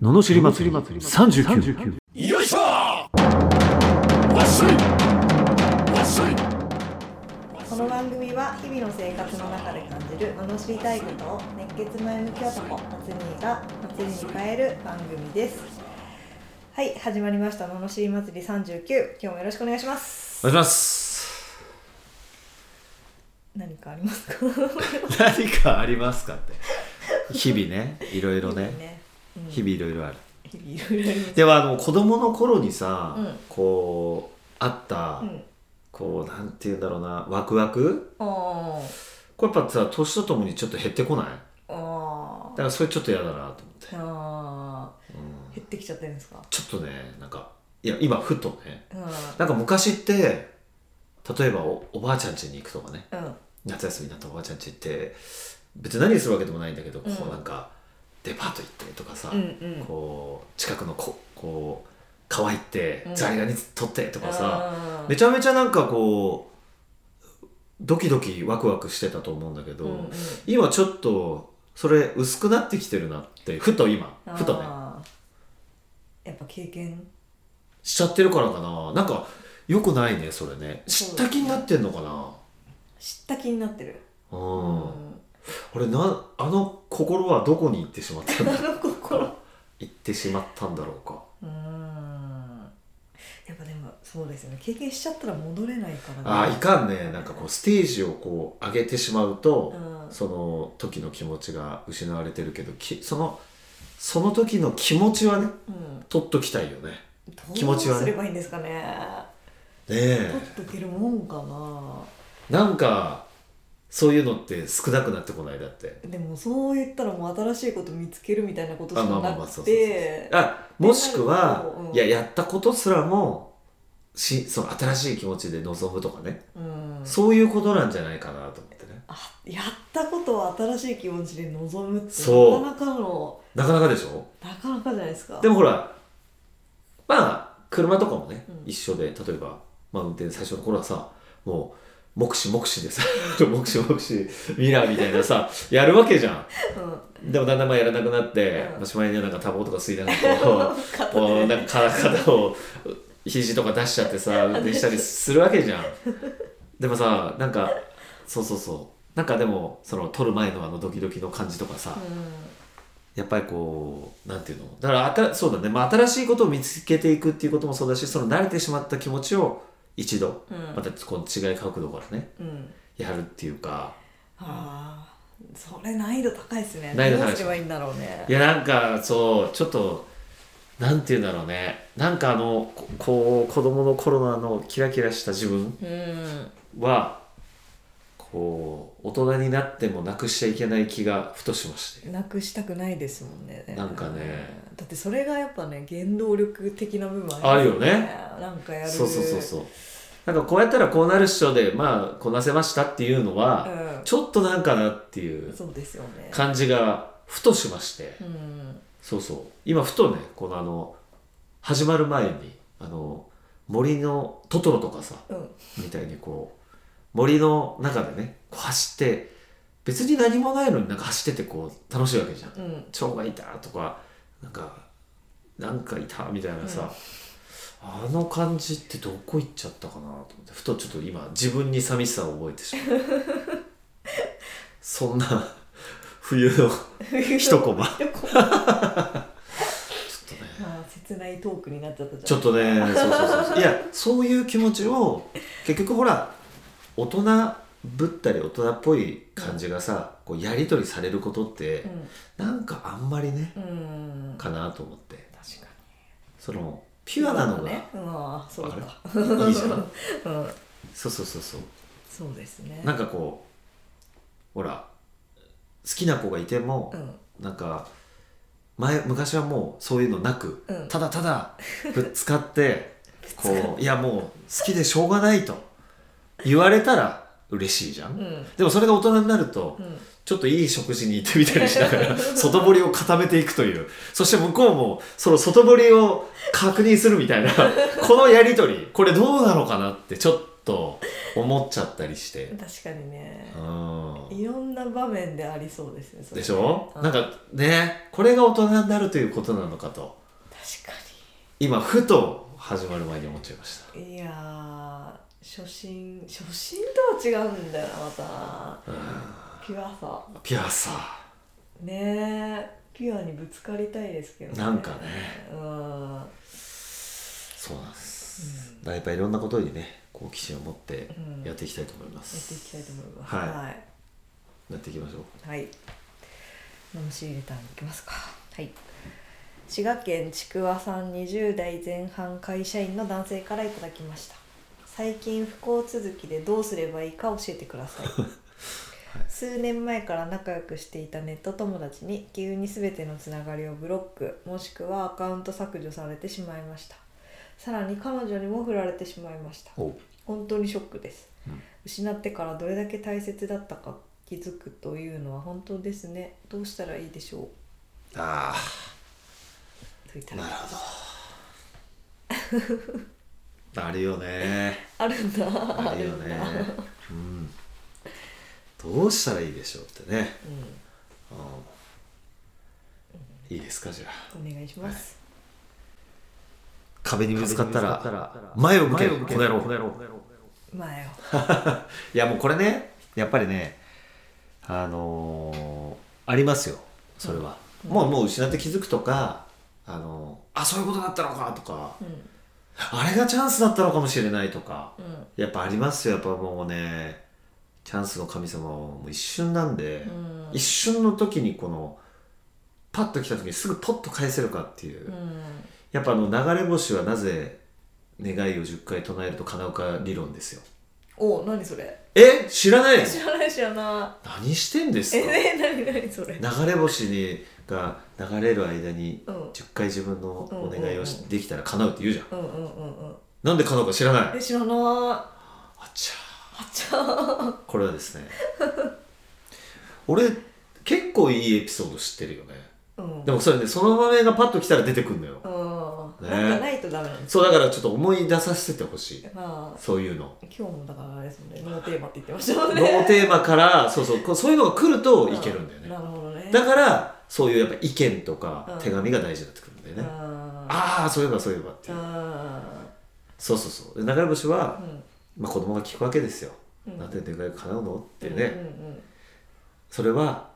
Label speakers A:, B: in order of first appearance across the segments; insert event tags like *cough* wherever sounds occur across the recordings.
A: ののしり祭り39
B: よいしょわっしょいわっしょい
C: この番組は日々の生活の中で感じる罵りたいことを熱血前向き男夏兄が祭りに変える番組ですはい始まりました罵り祭り39今日もよろしくお願いします
B: お願いします
C: 何かありますか
B: 何かありますかって日々ねいろいろね
C: うん
B: 日々いろいろある
C: 日々いろいろあります
B: でもあの子供の頃にさ、
C: うん
B: こうあった、
C: うん
B: こうなんて言うんだろうなワクワク
C: あ
B: これやっぱさ年とともにちょっと減ってこない
C: ーあ
B: だ
C: ー
B: からそれちょっと嫌だなと思って、
C: あ
B: うん
C: ー減ってきちゃってるんですか
B: ちょっとねなんかいや今ふとね
C: うん
B: なんか昔って例えばおおばあちゃん家に行くとかね
C: うん
B: 夏休みになったおばあちゃん家行って別に何するわけでもないんだけど、
C: うん
B: こうなんかデパート行ってとかさ、
C: うんうん
B: こう近くのここう川行って
C: うん
B: ザリガニ取ってとかさ、
C: あー
B: めちゃめちゃなんかこうドキドキワクワクしてたと思うんだけど、
C: うんうん
B: 今ちょっとそれ薄くなってきてるなってふと今ふとね
C: あーやっぱ経験
B: しちゃってるからかななんかよくないねそれね知った気になってんのかな
C: 知った気になってる
B: う、
C: うん
B: 俺なあの心はどこに行ってしまったんだ
C: *laughs* あの心
B: 行ってしまったんだろうか
C: うーんやっぱでもそうですよね経験しちゃったら戻れないからね
B: ああいかんねなんかこうステージをこう上げてしまうと
C: う、ん
B: その時の気持ちが失われてるけどきそのその時の気持ちはね
C: うん
B: 取っときたいよねね気
C: ど
B: 持
C: う
B: ちはね
C: すればいいんですかね取
B: え
C: っとけるもんかな
B: なんかそういうのって少なくなってこないだって
C: でもそう言ったらもう新しいこと見つけるみたいなことし
B: あまあ
C: か
B: まあ
C: な
B: まあそう
C: く
B: そうそう
C: て
B: あもしくは
C: でなんかこう、うん
B: いややったことすらもしその新しい気持ちで臨むとかね、
C: うん
B: そういうことなんじゃないかなと思ってね
C: あやったことを新しい気持ちで臨むって
B: そう
C: なかなかの
B: なかなかでしょ
C: なかなかじゃないですか
B: でもほらまあ車とかもね、
C: うん
B: 一緒で例えば、まあ、運転最初の頃はさもう目視目視でさ *laughs* 目視目視ミラーみたいなさやるわけじゃ *laughs*
C: うん
B: んでもだんだんまあやらなくなって、
C: うん
B: まあ、しまいにはなんかタバコとか吸いながらこう *laughs*
C: 肩
B: こう
C: で
B: なんか肩肩を肘とか出しちゃってさ運転したりするわけじゃんでもさなんかそうそうそうなんかでもその撮る前のあのドキドキの感じとかさ、やっぱりこうなんていうのだからあたそうだね、まあ、新しいことを見つけていくっていうこともそうだしその慣れてしまった気持ちを一度
C: うんうん
B: またこの違い角度からね
C: うん
B: やるっていうか
C: ああそれ難易度高いですね
B: 難易度高いで
C: ど
B: す
C: うすればいいんだろうね
B: いやなんかそうちょっとなんていうんだろうねなんかあのここう子供の頃のあのキラキラした自分
C: うん
B: はこう大人になってもなくしちゃいけない気がふとしまして
C: なくしたくないですもんね
B: なんかね
C: うんだってそれがやっぱね原動力的な部分
B: あるよね
C: なんかやる
B: そうそうそうそうなんかこうやったらこうなるっしょでまあこなせましたっていうのは、
C: う、
B: ちょっとなんかなっていうん
C: そうですよね
B: 感じがふとしまして、
C: うん
B: そうそう今ふとねこのあの始まる前にあの森のトトロとかさ
C: うん
B: みたいにこう森の中でねこう走って別に何もないのになんか走っててこう楽しいわけじゃん
C: うん
B: 蝶がいたとかなんかなんかいたみたいなさ、あの感じってどこ行っちゃったかなと思ってふとちょっと今自分に寂しさを覚えてしまう
C: *laughs*
B: そんな冬のちょっ一コマ
C: 一コマ
B: とね
C: ま *laughs* あ切ないトークになっちゃったじゃん
B: ちょっとねそうそうそういやそういう気持ちを結局ほら大人ぶったり大人っぽい感じがさ、こうやり取りされることってなんかあんまりね
C: うん、うん、
B: かなと思って
C: 確かに
B: そのピュアなのが、
C: ねうんああそうだ
B: あれいいじゃん
C: *laughs* うん
B: そうそうそうそう
C: そうですね
B: なんかこうほら好きな子がいても
C: う、ん
B: なんか前昔はもうそういうのなく、
C: うん
B: ただた
C: *laughs*
B: だぶつかって
C: かって
B: こういやもう好きでしょうがないと言われたら嬉しいじゃん、
C: うん
B: でもそれが大人になると、
C: うん
B: ちょっといい食事に行ってみたりしなが *laughs* ら外堀を固めていくというそして向こうもその *laughs* 外堀を確認するみたいなこのやり取りこれどうなのかなってちょっと思っちゃったりして
C: 確かにね
B: うん
C: いろんな場面でありそうですねそれ
B: でしょ
C: うん
B: なんかねこれが大人になるということなのかと
C: 確か
B: 今ふと始まる前に思っちゃいました
C: にいやー初心初心とは違うんだよなまたピュアさ
B: ピュアさ
C: ねえピュアにぶつかりたいですけど
B: なんかね
C: うん
B: そうなんです、だからやっぱいろんなことにね好奇心を持ってやっていきたいと思いま
C: やっていき
B: す、
C: たいと思います
B: はい
C: はい
B: やっていきましょう
C: はい。ののしレターに行きますか。はい。滋賀県ちくわさん20代前半会社員の男性からいただきました。最近不幸続きでどうすればいいか教えてくだ *laughs* さい。数年前から仲良くしていたネット友達に急に全てのつながりをブロックもしくはアカウント削除されてしまいましたさらに彼女にも振られてしまいました
B: お
C: 本当にショックです、
B: うん
C: 失ってからどれだけ大切だったか気づくというのは本当ですねどうしたらいいでしょ
B: あ
C: うといた
B: あ
C: だ
B: な
C: き
B: るほど *laughs* あるよね
C: あるんだ
B: あるよね
C: あるんだ、
B: うん、どうしたらいいでしょうってね、うんいいですかじゃあ
C: うん、お願いします、
B: 壁にぶつかったら前を向けこの野郎
C: 前を
B: いやもうこれねやっぱりねあのーありますよそれは、
C: うん
B: もうもう失って気づくとかあのーあそういうことだったのかとか
C: うん
B: あれがチャンスだったのかもしれないとか
C: うん
B: やっぱありますよやっぱもうねチャンスの神様はもう一瞬なんで、
C: うん
B: 一瞬の時にこのパッと来た時にすぐポッと返せるかっていう、
C: うん
B: やっぱあの流れ星はなぜ願いを10回唱えると叶うか理論ですよ
C: お何それ
B: え知らないの
C: 知らない知らな
B: 何してんで
C: い
B: す
C: え
B: か
C: ね何何それ
B: 流れ星にが流れる間に
C: うん
B: 10回自分のお願いをし
C: うんうんうん
B: できたら叶うって言うじゃん
C: うんうんうんうん
B: なんで叶うか知らない
C: え知らないあ
B: あちゃ
C: ちゃ
B: ーこれはですね俺結構いいエピソード知ってるよね
C: うん
B: でもそれねその場面がパッと来たら出てくんのよ
C: うん
B: ね
C: なんかないとダメなんです
B: そうだからちょっと思い出させてほしい
C: まあ
B: そういうの
C: 今日もだからあれですもんねノーテーマって言ってましたもん
B: の
C: ね
B: *laughs* テーマからそうそうこうそういうのが来るといけるんだよ
C: う
B: ね
C: なるほどね
B: だからそういうやっぱ意見と
C: う
B: か
C: ん
B: 手紙が大事になってくるんだよね、
C: あー
B: ああそういえばそういえばっていう、
C: あ
B: そうそうそうで流れ星
C: ー
B: は、
C: うん
B: まあ、子供が聞くわけですよ、
C: うん
B: なんで願いが叶うのってね、
C: うん
B: それは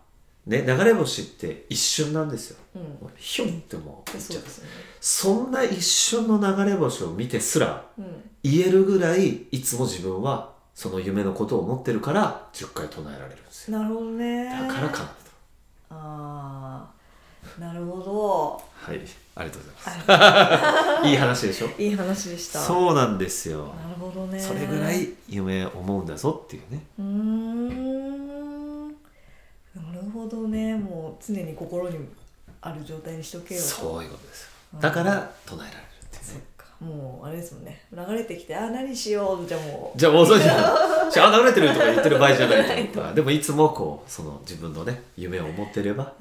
B: ね流れ星って一瞬なんですよ
C: うんうんうん
B: もうヒュンってもう行っち
C: そ
B: ゃ
C: う
B: う
C: ですよね
B: そんな一瞬の流れ星を見てすら
C: うん
B: 言えるぐらいいつも自分はその夢のことを思ってるから10回唱えられるんですよ
C: なるほどね
B: だから叶うと
C: ああなるほど
B: はいありがとうございます
C: あ
B: いい話でしょ
C: いい話でした
B: そうなんですよ
C: なるほどね
B: それぐらい夢思うんだぞっていうね
C: うーんなるほどねもう常に心にある状態にしとけよう
B: そういうことです
C: う
B: よ
C: ん
B: だから唱えられるっていう
C: そっ
B: ね
C: かもうあれですもんね流れてきてあ何しようじゃもう
B: じゃあもうそうじゃんじゃあ流れてるとか言ってる場合じゃないと
C: な
B: かでもいつもこうその自分のね夢を持ってれば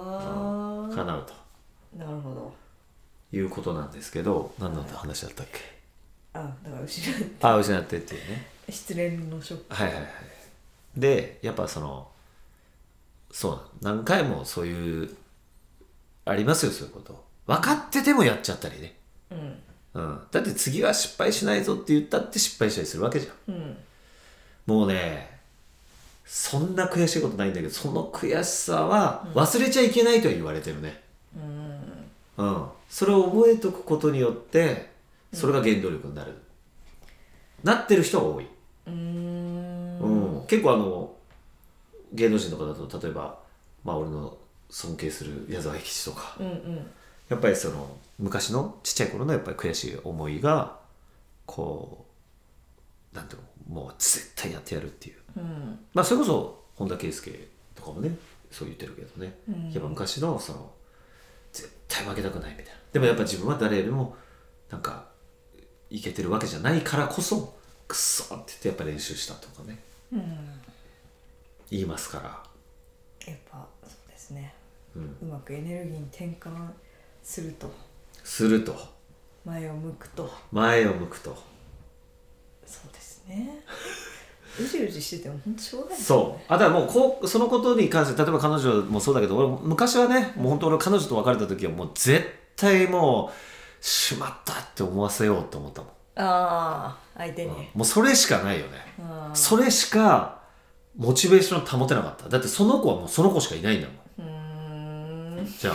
C: ああ
B: 叶う
C: なるほど
B: ということなんですけど何の話だったっけ
C: あだから失う
B: ああ失ってっていうね
C: 失恋のショック
B: はいはいはいでやっぱそのそう何回もそういうありますよそういうこと分かっててもやっちゃったりね
C: うん
B: うん、だって次は失敗しないぞって言ったって失敗したりするわけじゃん
C: うん
B: もうねそんな悔しいことないんだけどその悔しさは忘れちゃいけないとは言われてるね
C: うん
B: うん、それを覚えとくことによってそれが原動力になる、なってる人が多い、
C: うーん
B: うん結構あの芸能人とかだと例えばまあ俺の尊敬する矢沢永吉とか
C: うんうん
B: やっぱりその昔のちっちゃい頃のやっぱり悔しい思いがこうなんていうのもう絶対やってやるっていう
C: うん
B: まあそれこそ本田圭佑とかもねそう言ってるけどね、
C: うん
B: やっぱ昔のその絶対負けたくないみたいなでもやっぱ自分は誰よりもなんかいけてるわけじゃないからこそクソって言ってやっぱ練習したとかね
C: うん
B: 言いますから
C: やっぱそうですね
B: うん
C: うまくエネルギーに転換すると
B: すると
C: 前を向くと
B: 前を向くと
C: そうですねうじうじしてても本当しょうがないですよ
B: そうあとはもうこうそのことに関して例えば彼女もそうだけど俺も昔はねもう本当俺彼女と別れた時はもう絶対もうしまったって思わせようと思ったもん、
C: ああ相手に、
B: うんもうそれしかないよね
C: あー
B: それしかモチベーション保てなかっただってその子はもうその子しかいないんだもん
C: うーん
B: *laughs* じゃあ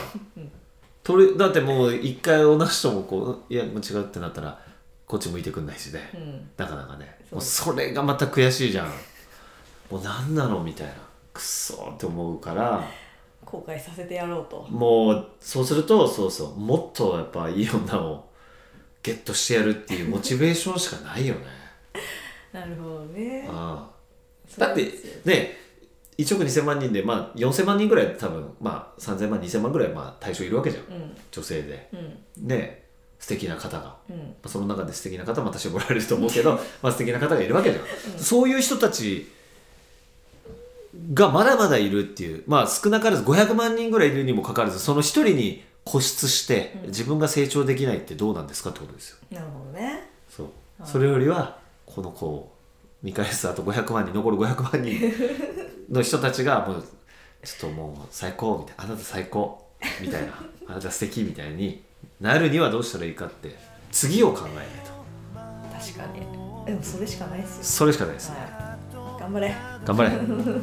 B: とりだってもう一回同じ人もこういやもう違うってなったらこっち向いてくんないしね、
C: うん
B: なかなかね
C: そう
B: もうそれがまた悔しいじゃんもう何なのみたいなくそーって思うから
C: 後悔させてやろうと
B: もうそうするとそうそうもっとやっぱいい女をゲットしてやるっていうモチベーションしかないよ
C: *laughs*
B: ね
C: なるほどね
B: ああ
C: そう
B: だって
C: ですよ
B: ね1億2000万人で、まあ、4000万人ぐらい多分、まあ、3000万2000万ぐらいまあ対象いるわけじゃん
C: うん
B: 女性で
C: うん
B: ね素敵な方が
C: うん
B: まあその中で素敵な方も私はおられると思うけどまあ素敵な方がいるわけじゃん、そういう人たちがまだまだいるっていうまあ少なからず500万人ぐらいいるにもかかわらずその一人に固執して
C: うん
B: 自分が成長できないってどうなんですかってことですよ
C: なるほどね
B: そう
C: あー
B: それよりはこの子を見返すあと500万人残る500万人の人たちがもうちょっともう最高みたいなあなた最高みたいなあなた素敵みたいになるにはどうしたらいいかって次を考えないと。
C: 確かにでもそれしかないです
B: それしかないです
C: よ、
B: ね
C: はい、頑張れ
B: 頑張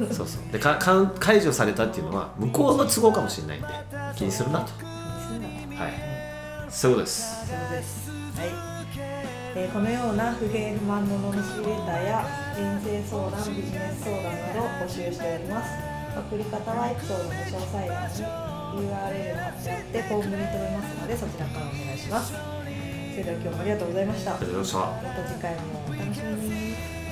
B: れそうそうでかかん解除されたっていうのは向こうの都合かもしれないんで気にするなと
C: そうだね
B: はいそういうことです
C: そうですはい、えーこのような不平不満ののしレターや遠征相談ビジネス相談などを募集しております送り方はエピソードの詳細欄に URL が貼ってあってフォームに留めますのでそちらからお願いしますそれでは今日もありがとうございました
B: ありがとうございました
C: また次回もお楽しみに